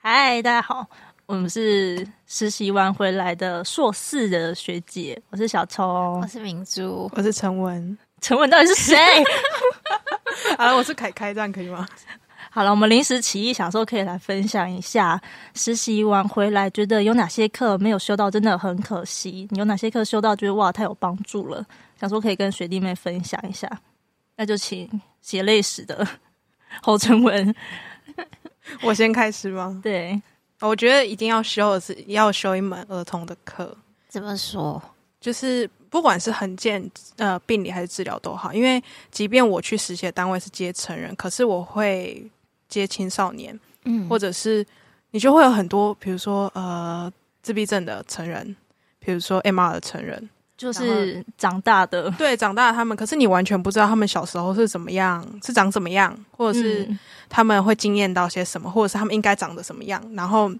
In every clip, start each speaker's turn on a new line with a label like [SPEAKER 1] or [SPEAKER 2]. [SPEAKER 1] 嗨，大家好，我们是实习完回来的硕士的学姐，我是小
[SPEAKER 2] 我
[SPEAKER 1] 聪。
[SPEAKER 2] 是明珠，
[SPEAKER 3] 我是陈文。
[SPEAKER 1] 陈文到底是 谁？
[SPEAKER 3] 好啊了，我是凯凯，这样可以吗？
[SPEAKER 1] 好了，我们临时起意，想说可以来分享一下实习完回来，觉得有哪些课没有修到，真的很可惜。你有哪些课修到，觉得哇，太有帮助了，想说可以跟学弟妹分享一下。那就请写历史的侯成文，
[SPEAKER 3] 我先开始吗？
[SPEAKER 1] 对，
[SPEAKER 3] 我觉得一定要修的是要修一门儿童的课，
[SPEAKER 2] 怎么说？
[SPEAKER 3] 就是不管是横健呃病理还是治疗都好，因为即便我去实习的单位是接成人，可是我会接青少年，
[SPEAKER 2] 嗯
[SPEAKER 3] 或者是你就会有很多，比如说呃自闭症的成人，比如说 MR 的成人，
[SPEAKER 1] 就是长大的，
[SPEAKER 3] 对，长大的他们，可是你完全不知道他们小时候是怎么样，是长怎么样，或者是。
[SPEAKER 1] 嗯
[SPEAKER 3] 他们会经验到些什么，或者是他们应该长得什么样。然后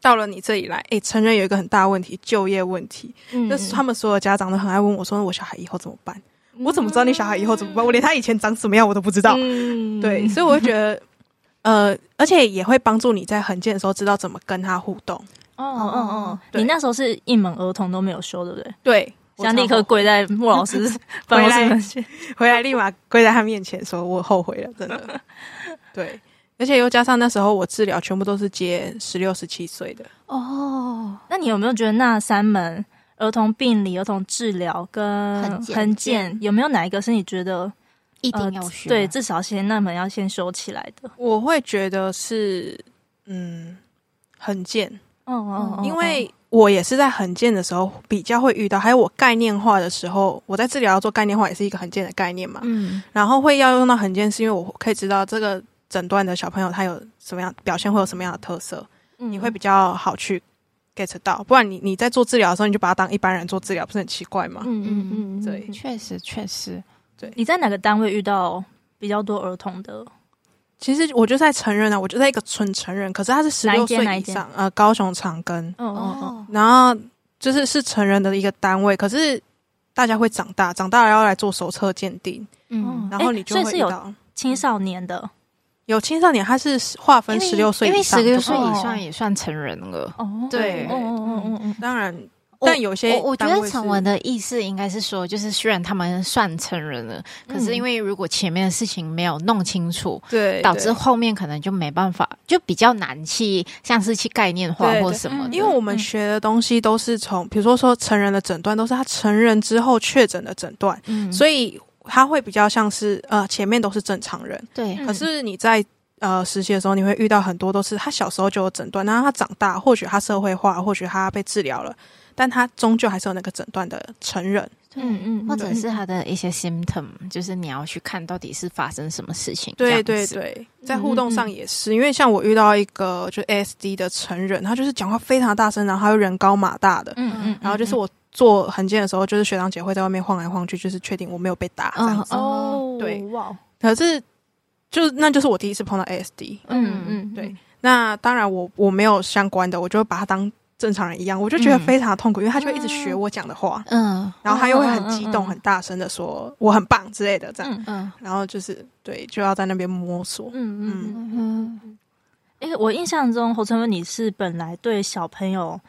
[SPEAKER 3] 到了你这里来，诶，成人有一个很大的问题，就业问题，
[SPEAKER 1] 嗯
[SPEAKER 3] 就是他们所有家长都很爱问我说：“我小孩以后怎么办？我怎么知道你小孩以后怎么办？我连他以前长什么样我都不知道。
[SPEAKER 1] 嗯
[SPEAKER 3] 对，所以我会觉得，呃，而且也会帮助你在横见的时候知道怎么跟他互动。
[SPEAKER 1] 哦哦哦，
[SPEAKER 3] 对
[SPEAKER 1] 你那时候是一门儿童都没有修，对不对？
[SPEAKER 3] 对，我
[SPEAKER 1] 想立刻
[SPEAKER 3] 超后
[SPEAKER 1] 跪在莫老 师办公室门前，
[SPEAKER 3] 回来立马跪在他面前说：“我后悔了，真的。”对。而且又加上那时候我治疗全部都是接十六、十七岁的，
[SPEAKER 2] 哦，
[SPEAKER 1] 那你有没有觉得那三门儿童病理、儿童治疗跟
[SPEAKER 2] 横健
[SPEAKER 1] 横健，有没有哪一个是你觉得
[SPEAKER 2] 一
[SPEAKER 1] 一
[SPEAKER 2] 定要
[SPEAKER 3] 呃
[SPEAKER 2] 学，
[SPEAKER 1] 对，至少先那门要先修起来的。
[SPEAKER 3] 我会觉得是，嗯，很贱，
[SPEAKER 1] 哦哦
[SPEAKER 2] 嗯
[SPEAKER 1] 哦，
[SPEAKER 3] 因为我也是在很贱的时候比较会遇到，还有我概念化的时候，我在治疗要做概念化也是一个很贱的概念嘛，
[SPEAKER 2] 嗯，
[SPEAKER 3] 然后会要用到很贱，是因为我可以知道这个诊断的小朋友他有什么样表现，会有什么样的特色，
[SPEAKER 1] 你
[SPEAKER 3] 你会比较好去 get 到，不然你你在做治疗的时候，你就把他当一般人做治疗，不是很奇怪吗？
[SPEAKER 1] 嗯嗯嗯，嗯
[SPEAKER 3] 对
[SPEAKER 2] 确实确实，
[SPEAKER 1] 你在哪个单位遇到比较多儿童的？
[SPEAKER 3] 其实我就在成人啊，我就在一个纯成人，可是他是十
[SPEAKER 1] 哪一
[SPEAKER 3] 六
[SPEAKER 1] 间哪
[SPEAKER 3] 岁
[SPEAKER 1] 一
[SPEAKER 3] 以
[SPEAKER 1] 间
[SPEAKER 3] 上，呃，高雄长庚。
[SPEAKER 1] 哦哦
[SPEAKER 2] 哦，
[SPEAKER 3] 然后就是是成人的一个单位，可是大家会长大，长大了要来做手册鉴定，
[SPEAKER 2] 嗯，
[SPEAKER 3] 然后
[SPEAKER 1] 诶
[SPEAKER 3] 你就
[SPEAKER 1] 所以
[SPEAKER 3] 会
[SPEAKER 1] 是
[SPEAKER 3] 遇
[SPEAKER 1] 有
[SPEAKER 3] 到
[SPEAKER 1] 哦，青少年的
[SPEAKER 3] 有青少年，他是划分十六岁
[SPEAKER 2] 因为
[SPEAKER 3] 以上
[SPEAKER 2] 十
[SPEAKER 3] 就可以，
[SPEAKER 2] 六岁以
[SPEAKER 1] 哦
[SPEAKER 2] 上也算成人了。
[SPEAKER 1] 哦，
[SPEAKER 2] 对
[SPEAKER 1] 哦哦哦哦，
[SPEAKER 3] 当然，
[SPEAKER 2] 我
[SPEAKER 3] 但有些
[SPEAKER 2] 我我觉
[SPEAKER 3] 单位
[SPEAKER 2] 得
[SPEAKER 3] 是
[SPEAKER 2] 成文的意思应该是说，就是虽然他们算成人了，
[SPEAKER 3] 嗯
[SPEAKER 2] 可是因为如果前面的事情没有弄清楚，
[SPEAKER 3] 对
[SPEAKER 2] 导致
[SPEAKER 3] 对
[SPEAKER 2] 后面可能就没办法，就比较难去像是去概念化
[SPEAKER 3] 对
[SPEAKER 2] 或
[SPEAKER 3] 对
[SPEAKER 2] 什么的。
[SPEAKER 3] 因为我们
[SPEAKER 1] 嗯
[SPEAKER 3] 学的东西都是从，比如说说成人的诊断，都是他成人之后确诊的诊断，
[SPEAKER 2] 嗯
[SPEAKER 3] 所以他会比较像是呃前面都是正常人，
[SPEAKER 2] 对
[SPEAKER 1] 嗯
[SPEAKER 3] 可是你在呃实习的时候，你会遇到很多都是他小时候就有诊断，然后他长大，或许他社会化，或许他被治疗了，但他终究还是有那个诊断的成人。
[SPEAKER 1] 嗯嗯，
[SPEAKER 2] 或者
[SPEAKER 1] 嗯
[SPEAKER 2] 是他的一些 symptom，就是你要去看到底是发生什么事情。
[SPEAKER 3] 对
[SPEAKER 2] 这样
[SPEAKER 3] 对
[SPEAKER 2] 子，
[SPEAKER 3] 对，在互动上也是，因为像我遇到一个就 ASD 的成人，他就是讲话非常大声，然后他又人高马大的，
[SPEAKER 1] 嗯嗯，
[SPEAKER 3] 然后就是我做横件的时候，就是学长姐会在外面晃来晃去，就是确定我没有被打这样子。
[SPEAKER 2] 嗯
[SPEAKER 1] 哦，
[SPEAKER 3] 对
[SPEAKER 1] 哇，
[SPEAKER 3] 可是就那就是我第一次碰到 ASD，
[SPEAKER 1] 嗯嗯，
[SPEAKER 3] 对那当然我我没有相关的，我就会把他当正常人一样，我就觉得
[SPEAKER 1] 嗯
[SPEAKER 3] 非常痛苦，因为他就会一直学我讲的话，
[SPEAKER 2] 嗯
[SPEAKER 3] 然后他又会很激
[SPEAKER 1] 嗯嗯嗯嗯
[SPEAKER 3] 动、很大声的说我很棒之类的这样，
[SPEAKER 1] 嗯
[SPEAKER 2] 嗯
[SPEAKER 3] 然后就是对，就要在那边摸索。
[SPEAKER 1] 嗯嗯
[SPEAKER 3] 嗯
[SPEAKER 1] 嗯。
[SPEAKER 2] 嗯，
[SPEAKER 1] 哎、我印象中侯成文，你是本来对小朋友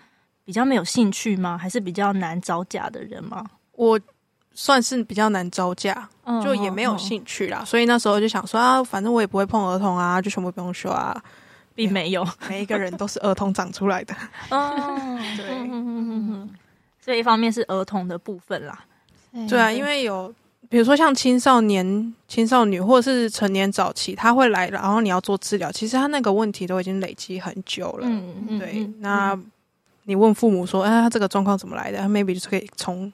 [SPEAKER 1] 比较没有兴趣吗？还是比较难招架的人吗？
[SPEAKER 3] 我算是比较难招架，
[SPEAKER 1] 嗯
[SPEAKER 3] 就也没有，兴趣啦，所以那时候就想说啊，反正我也不会碰儿童啊，就全部不用修啊，
[SPEAKER 1] 嗯嗯并没有。
[SPEAKER 3] 每一个人都是儿童长出来的。
[SPEAKER 1] 哦，
[SPEAKER 3] 对
[SPEAKER 1] 嗯嗯嗯嗯嗯所以一方面是儿童的部分啦。
[SPEAKER 3] 对啊，
[SPEAKER 1] 哎对
[SPEAKER 3] 因为有比如说像青少年、青少女或者是成年早期，他会来，然后你要做治疗，其实他那个问题都已经累积很久了。
[SPEAKER 1] 嗯嗯
[SPEAKER 3] 对，那你问父母说，哎、他这个状况怎么来的他？maybe 就是可以从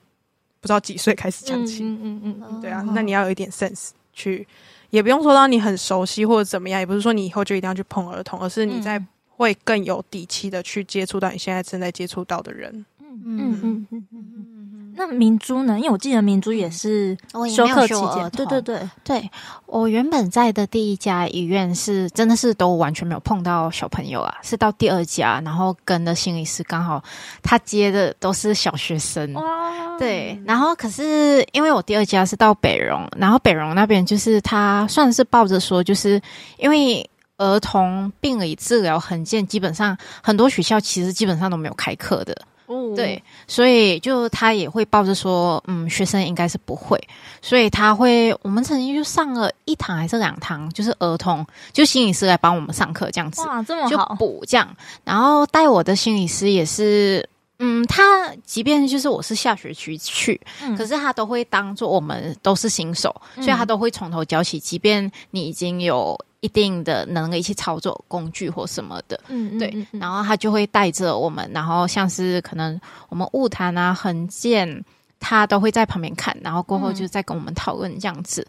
[SPEAKER 3] 不知道几岁开始讲起。
[SPEAKER 1] 嗯嗯嗯嗯
[SPEAKER 3] 对啊
[SPEAKER 2] 哦，
[SPEAKER 3] 那你要有一点 sense 去，也不用说到你很熟悉或者怎么样，也不是说你以后就一定要去碰儿童，而是你在。会更有底气的去接触到你现在正在接触到的人。
[SPEAKER 1] 嗯嗯嗯嗯嗯嗯嗯。
[SPEAKER 2] 嗯
[SPEAKER 1] 那明珠呢？因为我记得明珠也是
[SPEAKER 2] 我也
[SPEAKER 1] 休
[SPEAKER 2] 没有
[SPEAKER 1] 课期
[SPEAKER 2] 修儿
[SPEAKER 1] 间，对
[SPEAKER 2] 童
[SPEAKER 1] 对对，
[SPEAKER 2] 对我原本在的第一家医院是真的是都完全没有碰到小朋友啊，是到第二家，然后跟的心理师刚好他接的都是小学生。
[SPEAKER 1] 哇，
[SPEAKER 2] 对，然后可是因为我第二家是到北荣，然后北荣那边就是他算是抱着说，就是因为儿童病理治疗很见，基本上很多学校其实基本上都没有开课的，
[SPEAKER 1] 哦
[SPEAKER 2] 对，，所以就他也会抱着说，嗯，学生应该是不会，所以他会，我们曾经就上了一堂还是两堂，就是儿童，就心理师来帮我们上课这样子，
[SPEAKER 1] 哇，这么
[SPEAKER 2] 就
[SPEAKER 1] 好，
[SPEAKER 2] 补这样。然后带我的心理师也是，嗯，他即便就是我是下学期去，
[SPEAKER 1] 嗯嗯
[SPEAKER 2] 可是他都会当做我们都是新手，所以他都会从头教起，即便你已经有一定的能力去操作工具或什么的。
[SPEAKER 1] 嗯
[SPEAKER 2] 对，
[SPEAKER 1] 嗯嗯
[SPEAKER 2] 然后他就会带着我们，然后像是可能我们物谈啊、横见，他都会在旁边看，然后过后
[SPEAKER 1] 嗯
[SPEAKER 2] 就再跟我们讨论这样子。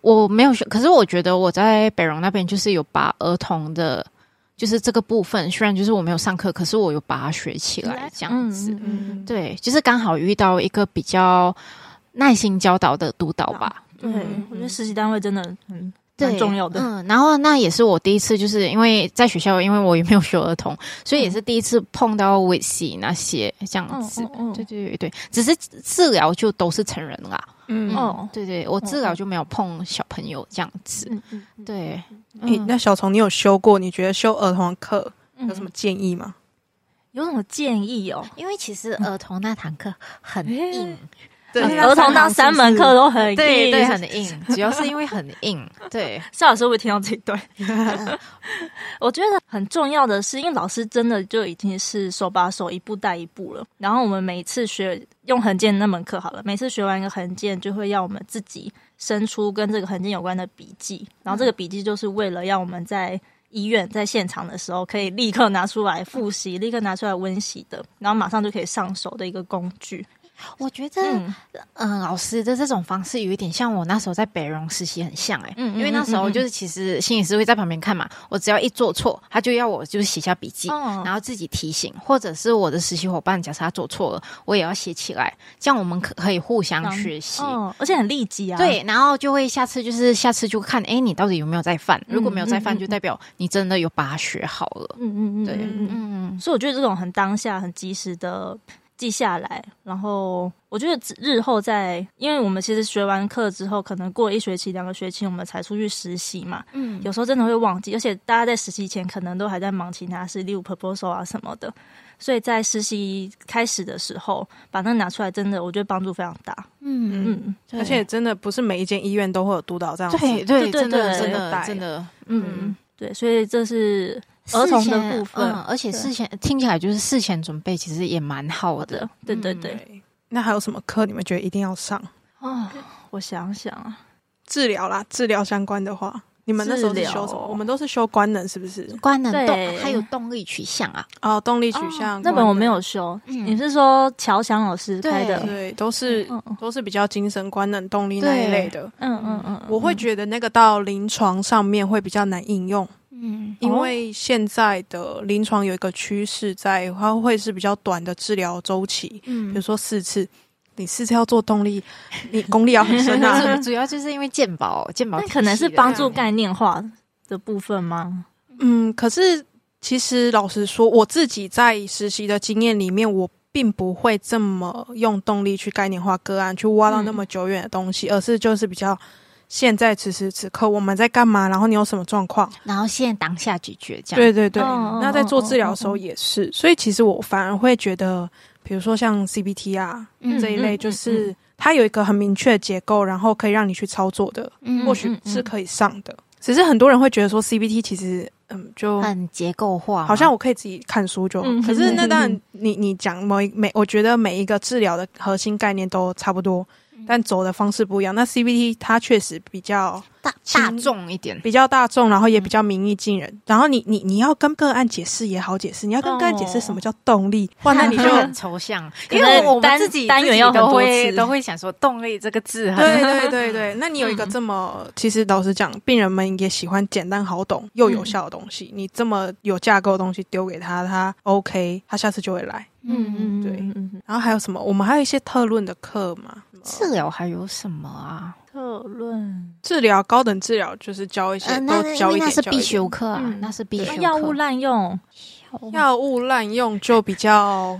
[SPEAKER 2] 我没有学，可是我觉得我在北荣那边就是有把儿童的，就是这个部分，虽然就是我没有上课，可是我有把它学起来这样子。
[SPEAKER 1] 嗯嗯嗯
[SPEAKER 2] 对，就是刚好遇到一个比较耐心教导的督导吧。
[SPEAKER 1] 对，嗯我觉得实习单位真的嗯
[SPEAKER 2] 对，
[SPEAKER 1] 蛮重要的，
[SPEAKER 2] 嗯，然后那也是我第一次，就是因为在学校，因为我也没有学儿童，所以也是第一次碰到尾系那些这样
[SPEAKER 1] 嗯
[SPEAKER 2] 子。
[SPEAKER 1] 嗯嗯
[SPEAKER 2] 对对对对，只是治疗就都是成人啦。
[SPEAKER 3] 嗯
[SPEAKER 1] 哦
[SPEAKER 2] 对对，我治疗就没有碰小朋友这样子。
[SPEAKER 1] 嗯嗯
[SPEAKER 2] 对，
[SPEAKER 3] 你
[SPEAKER 2] 嗯
[SPEAKER 3] 那小虫，你有修过？你觉得修儿童的课
[SPEAKER 1] 嗯
[SPEAKER 3] 有什么建议吗？
[SPEAKER 1] 有什么建议哦？
[SPEAKER 2] 因为其实儿童那堂课很硬，
[SPEAKER 3] 对
[SPEAKER 2] 嗯
[SPEAKER 1] 儿童当三门课都很硬
[SPEAKER 2] 对对，很硬，主要是因为很硬。对，
[SPEAKER 1] 邵老师会不会听到这一段。我觉得很重要的是，因为老师真的就已经是手把手一步带一步了。然后我们每一次学用横件那门课好了，每次学完一个横件，就会要我们自己生出跟这个横件有关的笔记。然后这个笔记就是为了让我们在医院在现场的时候，可以立刻拿出来复习，立刻拿出来温习的，然后马上就可以上手的一个工具。
[SPEAKER 2] 我觉得
[SPEAKER 1] 嗯
[SPEAKER 2] 嗯，老师的这种方式有一点像我那时候在北荣实习很像哎、欸，
[SPEAKER 1] 嗯嗯
[SPEAKER 2] 因为那时候就是其实心理师会在旁边看嘛，我只要一做错，他就要我就是写下笔记，
[SPEAKER 1] 哦
[SPEAKER 2] 然后自己提醒，或者是我的实习伙伴，假设他做错了，我也要写起来，这样我们可可以互相学习。
[SPEAKER 1] 哦，而且很立即啊。
[SPEAKER 2] 对，然后就会下次就是下次就看，哎，你到底有没有在犯？如果没有在
[SPEAKER 1] 嗯嗯
[SPEAKER 2] 犯，
[SPEAKER 1] 嗯
[SPEAKER 2] 就代表你真的有把它学好了。
[SPEAKER 1] 嗯，嗯嗯嗯，
[SPEAKER 2] 对
[SPEAKER 1] 嗯嗯
[SPEAKER 2] 嗯，
[SPEAKER 1] 所以我觉得这种很当下、很及时的记下来，然后我觉得日后在，因为我们其实学完课之后，可能过一学期、两个学期，我们才出去实习嘛，
[SPEAKER 2] 嗯
[SPEAKER 1] 有时候真的会忘记，而且大家在实习前可能都还在忙其他事，例如 proposal 啊什么的，所以在实习开始的时候把那个拿出来，真的我觉得帮助非常大。
[SPEAKER 2] 嗯嗯，
[SPEAKER 1] 嗯
[SPEAKER 2] 对
[SPEAKER 3] 而且真的不是每一间医院都会有督导这样子。
[SPEAKER 2] 对
[SPEAKER 1] 对对
[SPEAKER 2] 对，真的
[SPEAKER 1] 对
[SPEAKER 2] 真
[SPEAKER 3] 有带
[SPEAKER 2] 的真的，
[SPEAKER 1] 嗯，对，所以这是儿
[SPEAKER 2] 事
[SPEAKER 1] 童的
[SPEAKER 2] 前
[SPEAKER 1] 部分
[SPEAKER 2] 嗯而且
[SPEAKER 1] 对
[SPEAKER 2] 事前听起来就是事前准备，其实也蛮好
[SPEAKER 1] 好
[SPEAKER 2] 的
[SPEAKER 1] 的，对对对，
[SPEAKER 3] 对那还有什么课你们觉得一定要上？
[SPEAKER 2] 哦。
[SPEAKER 1] 我想想啊，
[SPEAKER 3] 治疗啦，治疗相关的话，你们那时候
[SPEAKER 1] 治
[SPEAKER 3] 是
[SPEAKER 1] 疗
[SPEAKER 3] 修什么？我们都是修官能，是不是？
[SPEAKER 2] 官能
[SPEAKER 1] 对
[SPEAKER 2] 动还有动力取向啊，
[SPEAKER 3] 哦，动力取向、
[SPEAKER 1] 那本我没
[SPEAKER 3] 有。
[SPEAKER 1] 有修，
[SPEAKER 2] 嗯
[SPEAKER 1] 你是说乔翔老师开的？
[SPEAKER 3] 对，都是、
[SPEAKER 1] 嗯嗯
[SPEAKER 3] 都是比较精神官能动力那一类的。
[SPEAKER 1] 嗯嗯嗯，
[SPEAKER 3] 我会觉得那个到临床上面会比较难应用，
[SPEAKER 2] 嗯，
[SPEAKER 3] 因为现在的临床有一个趋势在，它会是比较短的治疗周期，比如
[SPEAKER 2] 嗯，
[SPEAKER 3] 说四次，你四次要做动力， 你功力要很深啊。
[SPEAKER 2] 主主要 就是因为鉴宝，鉴宝
[SPEAKER 1] 那可能是帮助
[SPEAKER 2] 干
[SPEAKER 1] 概念化的部分吗？
[SPEAKER 3] 嗯，可是其实老实说，我自己在实习的经验里面，我并不会这么用动力去概念化个案，去挖到那么久远的东
[SPEAKER 2] 嗯
[SPEAKER 3] 西，而是就是比较现在此时此刻我们在干嘛，然后你有什么状况。
[SPEAKER 2] 然后现在当下解决这样，
[SPEAKER 3] 对对对，
[SPEAKER 1] 哦
[SPEAKER 3] 那在做治疗的时
[SPEAKER 1] 哦
[SPEAKER 3] 候
[SPEAKER 1] 哦
[SPEAKER 3] 也是，所以其实我反而会觉得，比如说像 CBT 啊、
[SPEAKER 2] 嗯
[SPEAKER 3] 这一类，就
[SPEAKER 2] 嗯
[SPEAKER 3] 是它有一个很明确的结构，然后可以让你去操作的，
[SPEAKER 2] 嗯
[SPEAKER 3] 或许是可以上的。只是很多人会觉得说 CBT 其实，嗯，就
[SPEAKER 2] 很结构化嘛，
[SPEAKER 3] 好像我可以自己看书就好。
[SPEAKER 1] 嗯
[SPEAKER 3] 可是那当
[SPEAKER 1] 嗯
[SPEAKER 3] 然你，你讲某一每，我觉得每一个治疗的核心概念都差不多，但走的方式不一样。那 CBT 它确实比较
[SPEAKER 2] 大
[SPEAKER 3] 轻
[SPEAKER 2] 大众一点，
[SPEAKER 3] 比较大众，然后也比较平易近人。然后你你你要跟个案解释也好解释，你要跟个案解释什么叫动力，哇，那你 就
[SPEAKER 2] 很抽象，因
[SPEAKER 1] 可
[SPEAKER 2] 为
[SPEAKER 1] 能
[SPEAKER 2] 我们
[SPEAKER 1] 单
[SPEAKER 2] 自己
[SPEAKER 1] 单元要
[SPEAKER 2] 自己都
[SPEAKER 1] 很多
[SPEAKER 2] 会
[SPEAKER 1] 次
[SPEAKER 2] 都会想说动力这个字很
[SPEAKER 3] 对 对对对，那你有一个这么，其实老实讲，病人们也喜欢简单好懂又有效的东西。你这么有架构的东西丢给他，他 OK，他下次就会来。
[SPEAKER 1] 嗯嗯，
[SPEAKER 3] 对
[SPEAKER 1] 嗯嗯，
[SPEAKER 3] 然后还有什么？我们还有一些特论的课嘛，什
[SPEAKER 2] 治
[SPEAKER 3] 么
[SPEAKER 2] 疗还有什么啊？
[SPEAKER 1] 特论
[SPEAKER 3] 治疗、高等治疗就是教一些，
[SPEAKER 2] 呃，那
[SPEAKER 3] 都
[SPEAKER 2] 是因
[SPEAKER 3] 教
[SPEAKER 2] 为
[SPEAKER 3] 一
[SPEAKER 2] 那
[SPEAKER 3] 点，
[SPEAKER 2] 是
[SPEAKER 3] 教
[SPEAKER 2] 必
[SPEAKER 3] 一点
[SPEAKER 2] 修课啊，
[SPEAKER 3] 嗯
[SPEAKER 2] 那是必
[SPEAKER 3] 对
[SPEAKER 2] 修课。嗯
[SPEAKER 1] 药物滥用，
[SPEAKER 3] 药物滥用就比较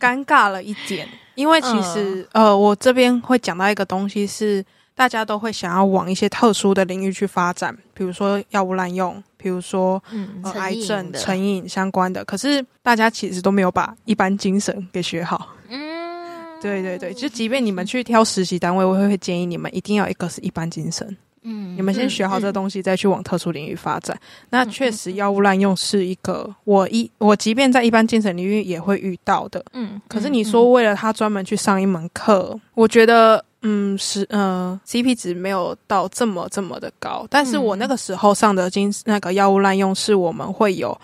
[SPEAKER 3] 尴尬了一点，因为其实、
[SPEAKER 2] 嗯
[SPEAKER 3] 呃，我这边会讲到一个东西是大家都会想要往一些特殊的领域去发展，比如说药物滥用，比如说、
[SPEAKER 2] 嗯
[SPEAKER 1] 哦
[SPEAKER 3] 呃、
[SPEAKER 2] 成
[SPEAKER 3] 癌
[SPEAKER 2] 瘾
[SPEAKER 3] 症、
[SPEAKER 2] 的
[SPEAKER 3] 成瘾相关的。可是大家其实都没有把一般精神给学好。
[SPEAKER 1] 哦
[SPEAKER 2] 嗯，
[SPEAKER 3] 对对对，就即便你们去挑实习单位，我会建议你们一定要有一个是一般精神。
[SPEAKER 2] 嗯
[SPEAKER 3] 你们先学好这东西，再去往特殊领域发展。那确实，药物滥用是一个我一我即便在一般精神领域也会遇到的。
[SPEAKER 1] 嗯，
[SPEAKER 3] 可是你说为了他专门去上一门课，我觉得嗯是呃 CP 值没有到这么这么的高。但
[SPEAKER 1] 嗯
[SPEAKER 3] 是我那个时候上的精那个药物滥用是我们会有。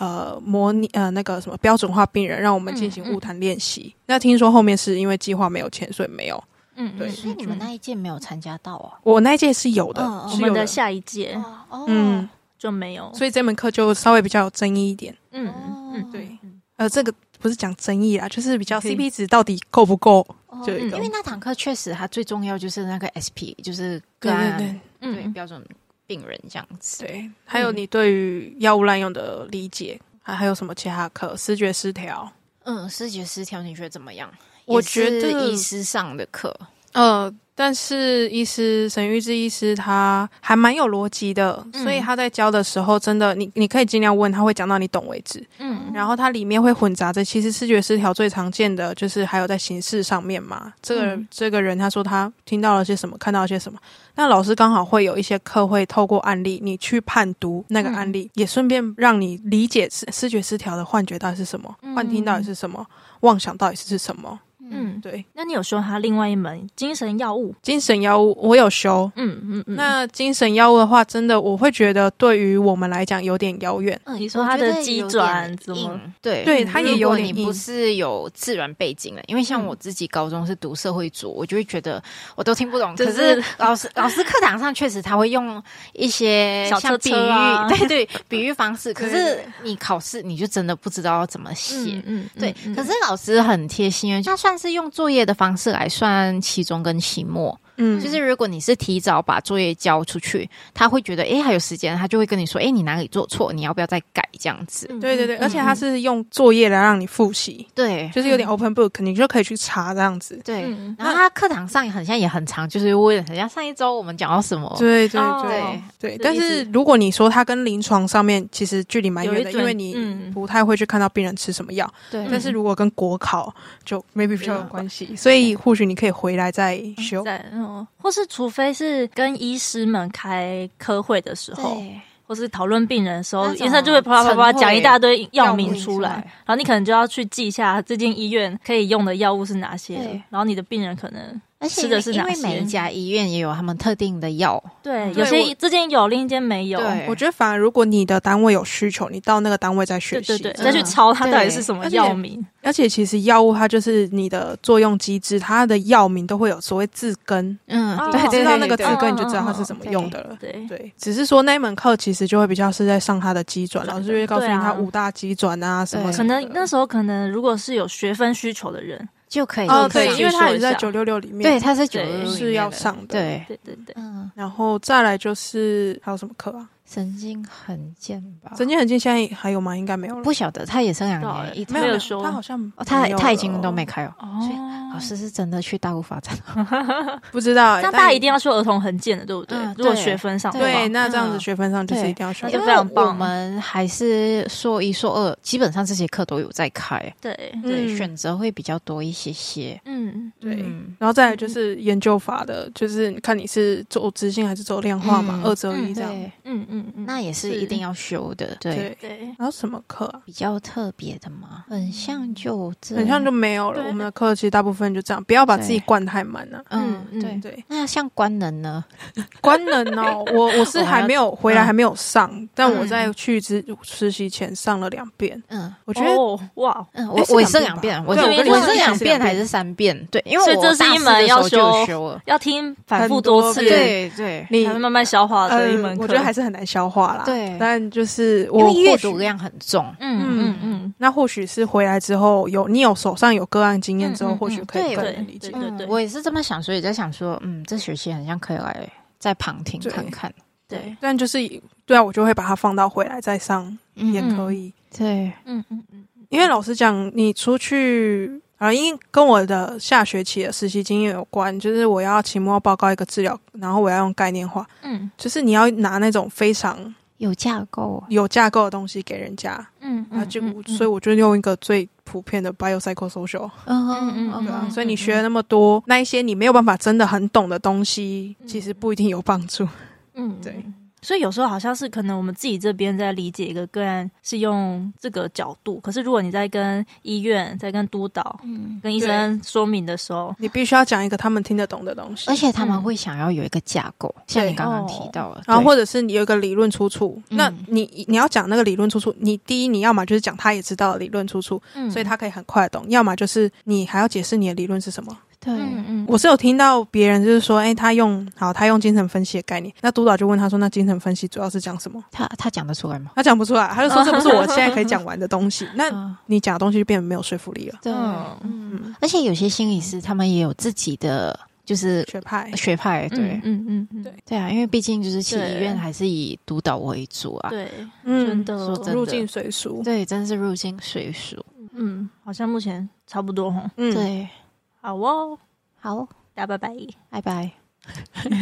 [SPEAKER 3] 呃，模拟呃那个什么标准化病人，让我们进行
[SPEAKER 2] 嗯嗯
[SPEAKER 3] 物谈练习。那听说后面是因为计划没有钱，所以没有。
[SPEAKER 1] 嗯，
[SPEAKER 3] 对
[SPEAKER 1] 嗯
[SPEAKER 2] 所以你们
[SPEAKER 1] 嗯
[SPEAKER 2] 那一届没有参加到啊？
[SPEAKER 3] 我那一届是有的，
[SPEAKER 2] 嗯嗯
[SPEAKER 1] 哦我
[SPEAKER 3] 是有
[SPEAKER 1] 们的下一届
[SPEAKER 2] 哦
[SPEAKER 3] 嗯，
[SPEAKER 1] 就没有，
[SPEAKER 3] 所以这门课就稍微比较有争议一点。
[SPEAKER 1] 嗯嗯，
[SPEAKER 3] 对
[SPEAKER 2] 嗯
[SPEAKER 3] 呃，这个不是讲争议啦，就是比较
[SPEAKER 1] 可以
[SPEAKER 3] CP 值到底够不够？
[SPEAKER 2] 哦
[SPEAKER 3] 就有一个
[SPEAKER 2] 因为那堂课确实它最重要就是那个 SP，就是个
[SPEAKER 3] 对
[SPEAKER 2] 案
[SPEAKER 3] 对
[SPEAKER 2] 对
[SPEAKER 1] 嗯，
[SPEAKER 2] 标准病人这样子。
[SPEAKER 3] 对对，还有你对于药物滥用的理解，还还有什么其他课？视觉失调，
[SPEAKER 2] 嗯，视觉失调你觉得怎么样？
[SPEAKER 3] 我
[SPEAKER 2] 也是
[SPEAKER 3] 觉得
[SPEAKER 2] 医师上的课，
[SPEAKER 3] 呃，但是医师沈玉志医师他还蛮有逻辑的，
[SPEAKER 1] 嗯
[SPEAKER 3] 所以他在教的时候，真的你你可以尽量问，他会讲到你懂为止。
[SPEAKER 1] 嗯，
[SPEAKER 3] 然后它里面会混杂着，其实视觉失调最常见的就是还有在形式上面嘛。这个、
[SPEAKER 1] 嗯
[SPEAKER 3] 这个人他说他听到了些什么，看到了些什么。那老师刚好会有一些课会透过案例，你去判读那个案例，也顺便让你理解视视觉失调的幻觉到底是什么，
[SPEAKER 1] 嗯
[SPEAKER 3] 幻听到底是什么，妄想到底是什么。
[SPEAKER 1] 嗯，
[SPEAKER 3] 对，
[SPEAKER 1] 那你有说他另外一门精神药物？
[SPEAKER 3] 精神药物我有修。
[SPEAKER 1] 嗯嗯嗯，
[SPEAKER 3] 那精神药物的话，真的我会觉得对于我们来讲有点遥远。
[SPEAKER 2] 嗯，
[SPEAKER 1] 你说它的机转怎么
[SPEAKER 2] 我觉得有点硬？对
[SPEAKER 3] 对
[SPEAKER 2] 嗯
[SPEAKER 3] 它也
[SPEAKER 2] 如
[SPEAKER 3] 有
[SPEAKER 2] 果
[SPEAKER 3] 点
[SPEAKER 2] 你不
[SPEAKER 3] 硬
[SPEAKER 2] 是有自然背景的，因为
[SPEAKER 1] 嗯
[SPEAKER 2] 像我自己高中是读社会组，我就会觉得我都听不懂。
[SPEAKER 1] 就
[SPEAKER 2] 可
[SPEAKER 1] 是
[SPEAKER 2] 是老师老师课堂上确实他会用一些
[SPEAKER 1] 小
[SPEAKER 2] 像
[SPEAKER 1] 车
[SPEAKER 2] 比
[SPEAKER 1] 车啊
[SPEAKER 2] 喻，对对，比喻方式。可
[SPEAKER 3] 对
[SPEAKER 2] 是
[SPEAKER 3] 对
[SPEAKER 2] 你考试你就真的不知道要怎么写
[SPEAKER 1] 嗯。嗯，
[SPEAKER 2] 对，
[SPEAKER 1] 嗯
[SPEAKER 2] 可是老师很贴心，他算是用作业的方式来算期中跟期末。
[SPEAKER 3] 嗯，
[SPEAKER 2] 就是如果你是提早把作业交出去，他会觉得诶还有时间，他就会跟你说诶你哪里做错，你要不要再改这样子？
[SPEAKER 1] 嗯
[SPEAKER 3] 对对对，
[SPEAKER 1] 嗯
[SPEAKER 3] 而且它是用作业来让你复习。
[SPEAKER 2] 对
[SPEAKER 3] 就是有点 open book，你就可以去查这样子。
[SPEAKER 2] 对。
[SPEAKER 1] 嗯
[SPEAKER 2] 然后他课堂上也很像也很长，就是问人家上一周我们讲到什么，
[SPEAKER 3] 对对
[SPEAKER 1] 哦
[SPEAKER 3] 对对，
[SPEAKER 1] 这
[SPEAKER 3] 但
[SPEAKER 1] 意思
[SPEAKER 3] 是如果你说它跟临床上面其实距离蛮
[SPEAKER 1] 有
[SPEAKER 3] 远
[SPEAKER 1] 一
[SPEAKER 3] 的，
[SPEAKER 1] 点，
[SPEAKER 3] 因为你
[SPEAKER 1] 嗯
[SPEAKER 3] 不太会去看到病人吃什么药。
[SPEAKER 2] 对
[SPEAKER 3] 但是如果跟国考就 maybe 比较有
[SPEAKER 2] 嗯
[SPEAKER 3] 关系，所以或许你可以回来再修。
[SPEAKER 1] 在嗯，或是除非是跟医师们开科会的时候，
[SPEAKER 2] 对
[SPEAKER 1] 或是讨论病人的时候
[SPEAKER 2] 那，种
[SPEAKER 1] 医生就会啪啪啪啪
[SPEAKER 2] 晨会
[SPEAKER 1] 讲一大堆药名
[SPEAKER 2] 药名
[SPEAKER 1] 出
[SPEAKER 2] 出
[SPEAKER 1] 来
[SPEAKER 2] 来，
[SPEAKER 1] 然后你可能就要去记一下这间医院可以用的药物是哪些
[SPEAKER 2] 对，
[SPEAKER 1] 然后你的病人可能
[SPEAKER 2] 而且
[SPEAKER 1] 吃的是
[SPEAKER 2] 因
[SPEAKER 1] 哪
[SPEAKER 2] 为
[SPEAKER 1] 些
[SPEAKER 2] 每一家医院也有他们特定的药，
[SPEAKER 1] 对
[SPEAKER 2] 嗯
[SPEAKER 1] 有
[SPEAKER 3] 对
[SPEAKER 1] 些
[SPEAKER 3] 我
[SPEAKER 1] 这间有，另一间没有，
[SPEAKER 2] 对
[SPEAKER 3] 我觉得反而如果你的单位有需求，你到那个单位再
[SPEAKER 1] 对
[SPEAKER 3] 学习。
[SPEAKER 1] 对对，
[SPEAKER 2] 嗯
[SPEAKER 1] 再去抄它到底是什么
[SPEAKER 3] 而且
[SPEAKER 1] 药名，
[SPEAKER 3] 而且其实药物它就是你的作用机制，它的药名都会有所谓字根，
[SPEAKER 2] 嗯
[SPEAKER 1] 哦
[SPEAKER 3] 你知道那个字
[SPEAKER 2] 对
[SPEAKER 3] 根，你就知道它是
[SPEAKER 1] 嗯
[SPEAKER 3] 怎么
[SPEAKER 2] 嗯嗯
[SPEAKER 3] 用的了。
[SPEAKER 1] 对，
[SPEAKER 3] 对，只是说那一门课其实就会比较是在上他的机转，老师就会告诉你
[SPEAKER 1] 对啊
[SPEAKER 3] 他五大机转啊什么
[SPEAKER 2] 对
[SPEAKER 3] 什
[SPEAKER 1] 可
[SPEAKER 3] 么的。
[SPEAKER 1] 能那时候可能如果是有学分需求的人，
[SPEAKER 2] 就可以
[SPEAKER 3] 哦，
[SPEAKER 2] 就可以
[SPEAKER 3] 对，因为
[SPEAKER 2] 去
[SPEAKER 3] 他
[SPEAKER 2] 说
[SPEAKER 3] 也
[SPEAKER 2] 一
[SPEAKER 3] 是在
[SPEAKER 2] 下
[SPEAKER 3] 九六六里面，
[SPEAKER 2] 对，他是九
[SPEAKER 1] 对
[SPEAKER 3] 是要上的
[SPEAKER 2] 对，
[SPEAKER 1] 对对对，
[SPEAKER 2] 嗯，
[SPEAKER 3] 然后再来就是还有什么课啊？
[SPEAKER 2] 神经很健
[SPEAKER 1] 啊
[SPEAKER 2] 吧，
[SPEAKER 3] 神经很近，现在还有吗？应该没有了。
[SPEAKER 2] 不晓得他也剩两
[SPEAKER 1] 不知道欸
[SPEAKER 2] 年，一
[SPEAKER 1] 没
[SPEAKER 2] 堂
[SPEAKER 1] 有
[SPEAKER 3] 有
[SPEAKER 1] 修
[SPEAKER 3] 他好像
[SPEAKER 2] 哦，他
[SPEAKER 3] 没有
[SPEAKER 2] 他已
[SPEAKER 3] 了
[SPEAKER 2] 经都哦没开哦。所以
[SPEAKER 1] 哦
[SPEAKER 2] 老师是真的去大陆发展了，
[SPEAKER 3] 不知道欸，
[SPEAKER 1] 像
[SPEAKER 3] 但
[SPEAKER 1] 大家一定要修儿童横件的，对不对
[SPEAKER 2] 嗯？
[SPEAKER 1] 如果
[SPEAKER 2] 对
[SPEAKER 1] 学分上的话
[SPEAKER 3] 对，
[SPEAKER 2] 对
[SPEAKER 3] 那这样子
[SPEAKER 2] 嗯
[SPEAKER 3] 学分上就是
[SPEAKER 2] 对
[SPEAKER 3] 一定要学
[SPEAKER 1] 那
[SPEAKER 3] 分。
[SPEAKER 1] 就
[SPEAKER 2] 因
[SPEAKER 1] 非
[SPEAKER 2] 为
[SPEAKER 1] 常棒
[SPEAKER 2] 我们还是硕一、硕二，基本上这些课都有在开，
[SPEAKER 1] 对，
[SPEAKER 2] 对，
[SPEAKER 3] 嗯
[SPEAKER 2] 选择会比较多一些些。
[SPEAKER 1] 嗯，
[SPEAKER 3] 对
[SPEAKER 2] 嗯
[SPEAKER 3] 然后再来就是研究法的，就是看你是走直性还是走量化嘛，
[SPEAKER 2] 嗯
[SPEAKER 3] 二择一
[SPEAKER 1] 嗯
[SPEAKER 3] 这样。
[SPEAKER 2] 对，
[SPEAKER 1] 嗯嗯嗯，
[SPEAKER 2] 那也是
[SPEAKER 1] 是
[SPEAKER 2] 一定要修的，对。
[SPEAKER 3] 对，
[SPEAKER 1] 对，
[SPEAKER 3] 然后什么课啊？
[SPEAKER 2] 比较特别的嘛，很像就这，
[SPEAKER 3] 很像就没有了。
[SPEAKER 1] 对
[SPEAKER 3] 我们的课其实大部分就这样，不要把自己
[SPEAKER 2] 对
[SPEAKER 3] 灌太满了。
[SPEAKER 2] 嗯
[SPEAKER 1] 嗯
[SPEAKER 2] 对
[SPEAKER 1] 嗯。
[SPEAKER 3] 对，
[SPEAKER 2] 那像官能呢？
[SPEAKER 3] 官能哦，我我 是还没有回来，
[SPEAKER 2] 嗯
[SPEAKER 3] 还没有上，但我
[SPEAKER 2] 嗯
[SPEAKER 3] 在去之实习前上了两遍，
[SPEAKER 2] 嗯
[SPEAKER 3] 我觉得。
[SPEAKER 1] 哦哇，
[SPEAKER 2] 嗯，
[SPEAKER 3] 诶
[SPEAKER 2] 我
[SPEAKER 3] 是
[SPEAKER 2] 我也
[SPEAKER 3] 两
[SPEAKER 2] 是
[SPEAKER 3] 遍
[SPEAKER 2] 两遍，
[SPEAKER 3] 吧
[SPEAKER 2] 我
[SPEAKER 3] 对
[SPEAKER 1] 我跟你
[SPEAKER 2] 我
[SPEAKER 1] 说
[SPEAKER 2] 是
[SPEAKER 1] 是
[SPEAKER 2] 两
[SPEAKER 3] 两
[SPEAKER 2] 遍
[SPEAKER 3] 遍
[SPEAKER 2] 还是三遍？对，因为
[SPEAKER 1] 所以
[SPEAKER 2] 我
[SPEAKER 1] 这是
[SPEAKER 2] 大
[SPEAKER 1] 一
[SPEAKER 2] 四
[SPEAKER 1] 门
[SPEAKER 2] 的时
[SPEAKER 1] 要
[SPEAKER 2] 候就有
[SPEAKER 1] 修
[SPEAKER 2] 修了，
[SPEAKER 1] 要听反复次，
[SPEAKER 3] 很多遍，
[SPEAKER 2] 对对。
[SPEAKER 3] 你
[SPEAKER 1] 才能慢慢消化
[SPEAKER 3] 呃
[SPEAKER 1] 的一门课。
[SPEAKER 3] 我觉得还是很难消化啦。
[SPEAKER 2] 对
[SPEAKER 3] 但就是
[SPEAKER 2] 因
[SPEAKER 3] 我
[SPEAKER 2] 为阅
[SPEAKER 3] 或许
[SPEAKER 2] 读量很重，
[SPEAKER 1] 嗯嗯嗯，嗯，
[SPEAKER 3] 那或许是回来之后有你有手上有个案经验之后，
[SPEAKER 2] 嗯嗯
[SPEAKER 3] 或许可以
[SPEAKER 2] 对
[SPEAKER 3] 更
[SPEAKER 1] 对
[SPEAKER 3] 能理解。
[SPEAKER 1] 对对
[SPEAKER 2] 嗯，我也是这么想，所以在想说，嗯，这学期好像可以来再旁听
[SPEAKER 3] 对
[SPEAKER 2] 看看。
[SPEAKER 1] 对，
[SPEAKER 3] 但就是对啊，我就会把它放到回来再上也
[SPEAKER 2] 嗯，
[SPEAKER 3] 可以，
[SPEAKER 2] 对，
[SPEAKER 1] 嗯嗯嗯，
[SPEAKER 3] 因为老实讲，你出去啊，因为跟我的下学期的实习经验有关，就是我要期末报告一个治疗，然后我要用概念化，
[SPEAKER 1] 嗯
[SPEAKER 3] 就是你要拿那种非常
[SPEAKER 2] 有架构啊，
[SPEAKER 3] 有架构的东西给人家，
[SPEAKER 1] 嗯
[SPEAKER 3] 啊，
[SPEAKER 1] 嗯，
[SPEAKER 3] 就
[SPEAKER 1] 嗯
[SPEAKER 3] 所以我就用一个最普遍的 biopsychosocial，
[SPEAKER 2] 嗯
[SPEAKER 1] 嗯
[SPEAKER 3] 对啊
[SPEAKER 1] 嗯，
[SPEAKER 3] 所以你学了那么多那一些你没有办法真的很懂的东西，其实不一定有帮助。
[SPEAKER 1] 嗯，
[SPEAKER 3] 对
[SPEAKER 1] 嗯。所以有时候好像是可能我们自己这边在理解一个个案是用这个角度，可是如果你在跟医院、在跟督导、
[SPEAKER 2] 嗯，
[SPEAKER 1] 跟医生说明的时候，
[SPEAKER 3] 你必须要讲一个他们听得懂的东西
[SPEAKER 2] 而，且他们会想要有一个架构，
[SPEAKER 1] 嗯
[SPEAKER 2] 像你刚刚提到的，
[SPEAKER 1] 哦
[SPEAKER 3] 然后
[SPEAKER 2] 对
[SPEAKER 3] 或者是你有一个理论出处，
[SPEAKER 2] 嗯
[SPEAKER 3] 那你你要讲那个理论出处，你第一你要么就是讲他也知道的理论出处，
[SPEAKER 1] 嗯
[SPEAKER 3] 所以他可以很快懂；要么就是你还要解释你的理论是什么。
[SPEAKER 2] 对，
[SPEAKER 1] 嗯
[SPEAKER 3] 我是有听到别人就是说，哎，他用好他用精神分析的概念，那督导就问他说，那精神分析主要是讲什么？
[SPEAKER 2] 他他讲得出来吗？
[SPEAKER 3] 他讲不出来，他就说这不是我现在可以讲完的东西。那
[SPEAKER 2] 啊，
[SPEAKER 3] 你讲的东西就变得没有说服力了。
[SPEAKER 2] 对，
[SPEAKER 1] 嗯
[SPEAKER 2] 嗯，而且有些心理师他们也有自己的就是
[SPEAKER 3] 学派
[SPEAKER 2] 学派，对
[SPEAKER 1] 嗯，嗯嗯，
[SPEAKER 3] 哎对
[SPEAKER 2] 对啊，因为毕竟就是去
[SPEAKER 1] 对
[SPEAKER 2] 医院还是以督导为主啊，
[SPEAKER 1] 对，真
[SPEAKER 3] 嗯，
[SPEAKER 1] 的
[SPEAKER 2] 说，真
[SPEAKER 3] 入境随俗。
[SPEAKER 2] 对，真是入境随俗，
[SPEAKER 1] 嗯，好像目前差不多哈。
[SPEAKER 3] 嗯，
[SPEAKER 2] 对，
[SPEAKER 1] 好哦，
[SPEAKER 2] 好，
[SPEAKER 1] 大家拜拜。
[SPEAKER 2] 拜拜。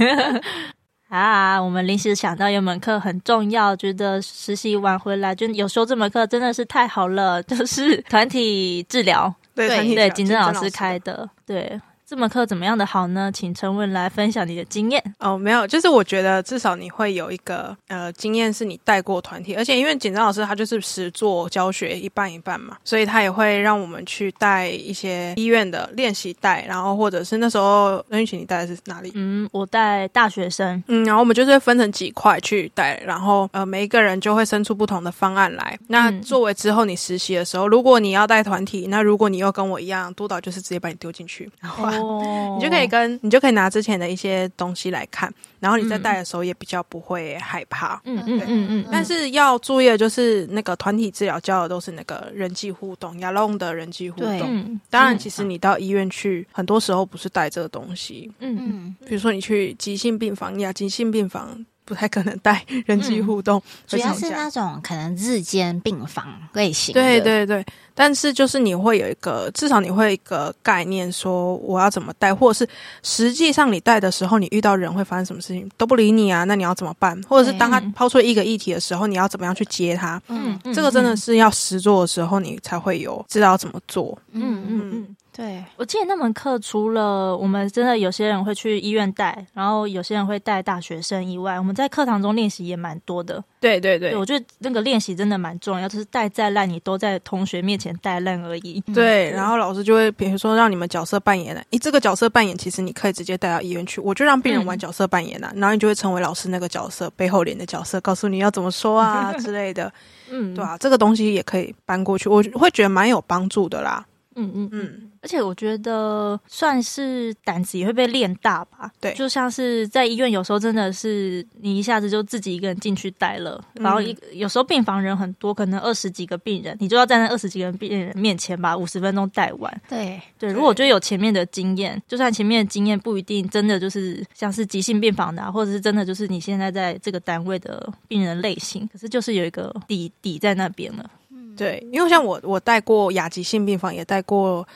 [SPEAKER 1] 啊，我们临时想到有门课很重要，觉得实习完回来就有修这门课真的是太好了， 就是团体治疗，
[SPEAKER 3] 对啊
[SPEAKER 2] 对
[SPEAKER 3] 团体
[SPEAKER 1] 对，
[SPEAKER 3] 疗
[SPEAKER 1] 景正老师开的，对。这门课怎么样的好呢？请陈文来分享你的经验。
[SPEAKER 3] 哦，没有，就是我觉得至少你会有一个呃经验，是你带过团体，而且因为景正老师他就是实做教学一半一半嘛，所以他也会让我们去带一些医院的练习带，然后或者是那时候任玉琴你带的是哪里？
[SPEAKER 1] 嗯，我带大学生，
[SPEAKER 3] 嗯，然后我们就是会分成几块去带，然后呃，每一个人就会生出不同的方案来。那
[SPEAKER 1] 嗯
[SPEAKER 3] 作为之后你实习的时候，如果你要带团体，那如果你又跟我一样，督导就是直接把你丢进去，然后、
[SPEAKER 1] 哦
[SPEAKER 3] 你就可以跟你就可以拿之前的一些东西来看，然后你在
[SPEAKER 1] 嗯
[SPEAKER 3] 带的时候也比较不会害怕。
[SPEAKER 1] 嗯嗯嗯嗯，
[SPEAKER 3] 但是要注意的就是，那个团体治疗教的都是那个人际互动，亚龙的人际互
[SPEAKER 2] 对
[SPEAKER 3] 动。
[SPEAKER 1] 嗯
[SPEAKER 3] 当然，其实你到医院去，很多时候不是带这个东西，
[SPEAKER 1] 嗯嗯
[SPEAKER 2] 嗯，
[SPEAKER 3] 比如说你去急性病房，亚急性病房不太可能带 人际互动，
[SPEAKER 2] 嗯主
[SPEAKER 3] 会
[SPEAKER 2] 要
[SPEAKER 3] 吵
[SPEAKER 2] 是
[SPEAKER 3] 架
[SPEAKER 2] 那种可能日间病房类型的，
[SPEAKER 3] 对对对，但是就是你会有一个，至少你会有一个概念，说我要怎么带，或者是实际上你带的时候，你遇到人会发生什么事情都不理你啊，那你要怎么办？或者是当他
[SPEAKER 1] 对
[SPEAKER 3] 抛出一个议题的时候，你要怎么样去接他？
[SPEAKER 2] 嗯，
[SPEAKER 1] 嗯
[SPEAKER 3] 这个真的是要实做的时候，你才会有知道怎么做。
[SPEAKER 1] 嗯
[SPEAKER 2] 嗯嗯，
[SPEAKER 1] 嗯嗯。
[SPEAKER 2] 对，
[SPEAKER 1] 我记得那门课除了我们真的有些人会去医院带，然后有些人会带大学生以外，我们在课堂中练习也蛮多的。
[SPEAKER 3] 对对对
[SPEAKER 1] 我觉得那个练习真的蛮重要，就是带再烂，你都在同学面前带烂而已。
[SPEAKER 3] 对，然后老师就会比如说让你们角色扮演了，你这个角色扮演其实你可以直接带到医院去，我就让病人玩
[SPEAKER 1] 嗯
[SPEAKER 3] 角色扮演啊，然后你就会成为老师那个角色背后脸的角色，告诉你要怎么说啊之类的，
[SPEAKER 1] 嗯，
[SPEAKER 3] 对啊，这个东西也可以搬过去，我会觉得蛮有帮助的啦。
[SPEAKER 1] 嗯嗯嗯。
[SPEAKER 3] 嗯，
[SPEAKER 1] 而且我觉得算是胆子也会被练大吧。
[SPEAKER 3] 对
[SPEAKER 1] 就像是在医院，有时候真的是你一下子就自己一个人进去待了，
[SPEAKER 3] 嗯
[SPEAKER 1] 然后一有时候病房人很多，可能二十几个病人，你就要站在二十几个病人面前把五十分钟带完。
[SPEAKER 2] 对，
[SPEAKER 1] 对，
[SPEAKER 3] 对
[SPEAKER 1] 如果我觉得有前面的经验，就算前面的经验不一定真的就是像是急性病房的、啊，或者是真的就是你现在在这个单位的病人类型，可是就是有一个底底在那边了。
[SPEAKER 2] 嗯
[SPEAKER 3] 对，因为像我，我带过亚急性病房，也带过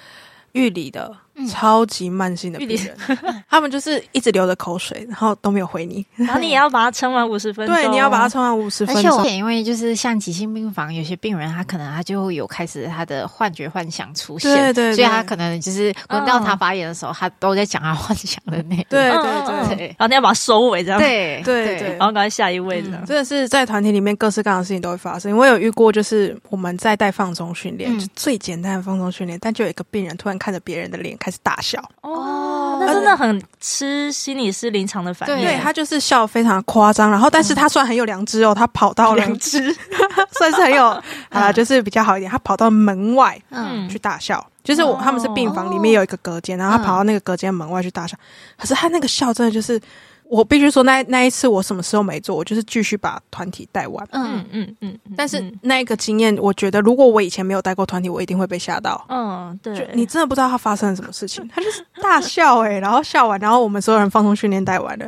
[SPEAKER 3] 狱里的。
[SPEAKER 2] 嗯
[SPEAKER 3] 超级慢性的病人， 他们就是一直流着口水，然后都没有回你。
[SPEAKER 1] 然后你也要把它撑完五十分钟，
[SPEAKER 3] 对，你要把它冲完五十分
[SPEAKER 2] 哦而且
[SPEAKER 3] 钟
[SPEAKER 2] 我。因为就是像急性病房，有些病人他可能他就有开始他的幻觉幻想出现，
[SPEAKER 3] 对对对
[SPEAKER 2] 所以他可能就是轮到他发言的时候，他都在讲他幻想的内容。
[SPEAKER 3] 对
[SPEAKER 1] 嗯，
[SPEAKER 3] 对
[SPEAKER 1] 嗯嗯
[SPEAKER 3] 对
[SPEAKER 2] 对
[SPEAKER 1] 然后你要把它收尾这样，，
[SPEAKER 2] 对
[SPEAKER 3] 对嗯对
[SPEAKER 1] 然后赶快下一位这样。
[SPEAKER 3] 真的是在团体里面各式各样的事情都会发生。我有遇过，就是我们在带放松训练，
[SPEAKER 2] 嗯
[SPEAKER 3] 就最简单的放松训练，但就有一个病人突然看着别人的脸开始大笑，
[SPEAKER 1] 哦，那真的很吃心理师临场的反应。
[SPEAKER 2] 对
[SPEAKER 3] 对他就是笑得非常夸张，然后但是他算很有良知哦，他跑到了
[SPEAKER 1] 两只，
[SPEAKER 3] 算是很有啊，就是比较好一点，他跑到门外
[SPEAKER 2] 嗯，
[SPEAKER 3] 去大笑。就是我
[SPEAKER 1] 哦
[SPEAKER 3] 他们是病房里面有一个隔间，然后他跑到那个隔间门外去大笑，可是他那个笑真的就是。我必须说那那一次我什么事都没做，我就是继续把团体带完。
[SPEAKER 1] 嗯嗯嗯，嗯
[SPEAKER 3] 但是
[SPEAKER 1] 嗯
[SPEAKER 3] 那一个经验，我觉得如果我以前没有带过团体，我一定会被吓到。
[SPEAKER 1] 嗯，
[SPEAKER 3] 就
[SPEAKER 1] 对，
[SPEAKER 3] 你真的不知道他发生了什么事情，他 就是大笑哎、然后笑完，然后我们所有人放松训练带完了，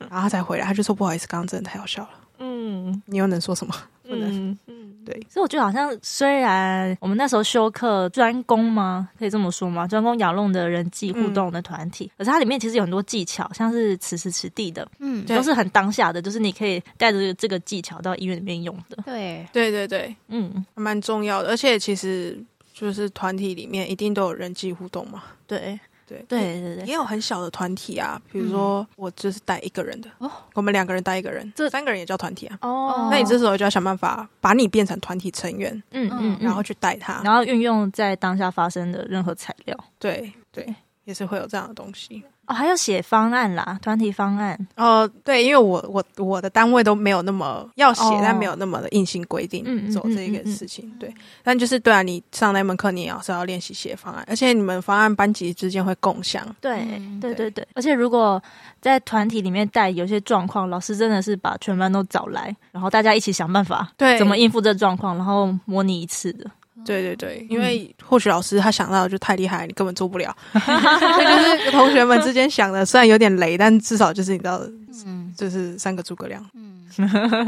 [SPEAKER 3] 然后他才回来，他就说不好意思，刚刚真的太好笑了。
[SPEAKER 1] 嗯
[SPEAKER 3] 你又能说什么？不能。
[SPEAKER 1] 嗯嗯，
[SPEAKER 3] 对。
[SPEAKER 1] 所以我觉得好像虽然我们那时候修课专攻吗？可以这么说吗？专攻亚弄的人际互动的团体，可是它里面其实有很多技巧，像是此时此地的，
[SPEAKER 2] 嗯，
[SPEAKER 3] 对
[SPEAKER 1] 都是很当下的，就是你可以带着这个技巧到医院里面用的。
[SPEAKER 2] 对，
[SPEAKER 3] 对对对，
[SPEAKER 1] 嗯，
[SPEAKER 3] 还蛮重要的。而且其实就是团体里面一定都有人际互动嘛，
[SPEAKER 1] 对
[SPEAKER 3] 对
[SPEAKER 1] 对嗯对对，
[SPEAKER 3] 也有很小的团体啊，比如说我就是带一个人的，
[SPEAKER 2] 哦
[SPEAKER 3] 我们两个人带一个人，
[SPEAKER 2] 这
[SPEAKER 3] 三个人也叫团体啊。
[SPEAKER 1] 哦
[SPEAKER 3] 那你这时候就要想办法把你变成团体成员，
[SPEAKER 1] 嗯嗯，
[SPEAKER 3] 然后去带他。
[SPEAKER 1] 然后运用在当下发生的任何材料。
[SPEAKER 3] 对对，也是会有这样的东西。
[SPEAKER 1] 哦，还要写方案啦，团体方案。
[SPEAKER 3] 哦、对，因为我我我的单位都没有那么要写，
[SPEAKER 1] 哦
[SPEAKER 3] 但没有那么的硬性规
[SPEAKER 1] 嗯
[SPEAKER 3] 定
[SPEAKER 1] 嗯
[SPEAKER 3] 走
[SPEAKER 1] 嗯
[SPEAKER 3] 这一个
[SPEAKER 1] 嗯嗯
[SPEAKER 3] 事情。对，但就是对啊，你上那门课你也要是要练习写方案，而且你们方案班级之间会共享。
[SPEAKER 1] 对、
[SPEAKER 2] 嗯
[SPEAKER 1] 对
[SPEAKER 3] 对
[SPEAKER 1] 对对，而且如果在团体里面带有些状况，老师真的是把全班都找来，然后大家一起想办法，
[SPEAKER 3] 对
[SPEAKER 1] 怎么应付这状况，然后模拟一次的。
[SPEAKER 3] 对对对，因为
[SPEAKER 1] 嗯
[SPEAKER 3] 或许老师他想到的就太厉害，你根本做不了。 所以就是同学们之间想的，虽然有点雷，但至少就是你知道，
[SPEAKER 2] 嗯
[SPEAKER 3] 就是三个诸葛亮。
[SPEAKER 2] 嗯，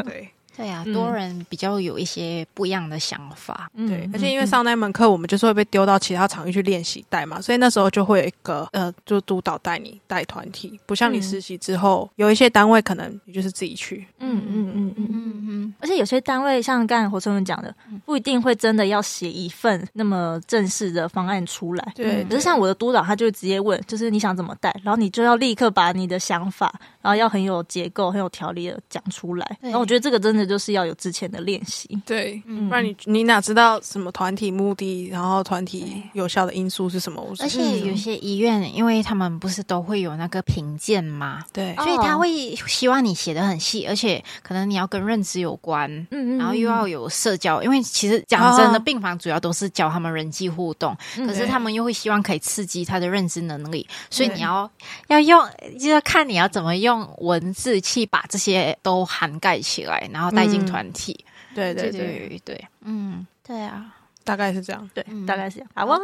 [SPEAKER 3] 对
[SPEAKER 2] 对呀、
[SPEAKER 1] 嗯
[SPEAKER 2] 多人比较有一些不一样的想法。
[SPEAKER 1] 嗯
[SPEAKER 3] 对，
[SPEAKER 1] 嗯
[SPEAKER 3] 而且因为
[SPEAKER 1] 嗯
[SPEAKER 3] 上那门课，我们就是会被丢到其他场域去练习带嘛，所以那时候就会有一个呃，就督导带你带团体，不像你
[SPEAKER 1] 嗯
[SPEAKER 3] 实习之后，有一些单位可能你就是自己去。
[SPEAKER 1] 嗯嗯嗯嗯嗯。
[SPEAKER 2] 嗯
[SPEAKER 1] 而且有些单位像刚才侯春文讲的，不一定会真的要写一份那么正式的方案出来。嗯
[SPEAKER 3] 对，
[SPEAKER 1] 可是像我的督导，他就会直接问，就是你想怎么带，然后你就要立刻把你的想法，然后要很有结构、很有条理的讲出来。
[SPEAKER 2] 对
[SPEAKER 1] 然后我觉得这个真的就是要有之前的练习。
[SPEAKER 3] 对，
[SPEAKER 2] 嗯
[SPEAKER 3] 不然你你哪知道什么团体目的，然后团体
[SPEAKER 2] 对
[SPEAKER 3] 有效的因素是什么？我是
[SPEAKER 2] 而且有些医院，因为他们不是都会有那个评鉴嘛，
[SPEAKER 3] 对
[SPEAKER 1] 哦
[SPEAKER 2] 所以他会希望你写的很细，而且可能你要跟认知有关。
[SPEAKER 1] 嗯
[SPEAKER 2] 然后又要有社交，因为其实讲真的，
[SPEAKER 3] 哦
[SPEAKER 2] 病房主要都是教他们人际互动，
[SPEAKER 1] 嗯
[SPEAKER 2] 可是他们又会希望可以刺激他的认知能力，所以
[SPEAKER 3] 对
[SPEAKER 2] 你要要用，就要看你要怎么用文字去把这些都涵盖起来，然后带进
[SPEAKER 3] 嗯
[SPEAKER 2] 团体。
[SPEAKER 3] 对对
[SPEAKER 2] 对
[SPEAKER 3] 对，
[SPEAKER 2] 对对，嗯，对啊，
[SPEAKER 3] 大概是这样。
[SPEAKER 1] 对
[SPEAKER 2] 嗯，
[SPEAKER 1] 大概是这样。好哇，哦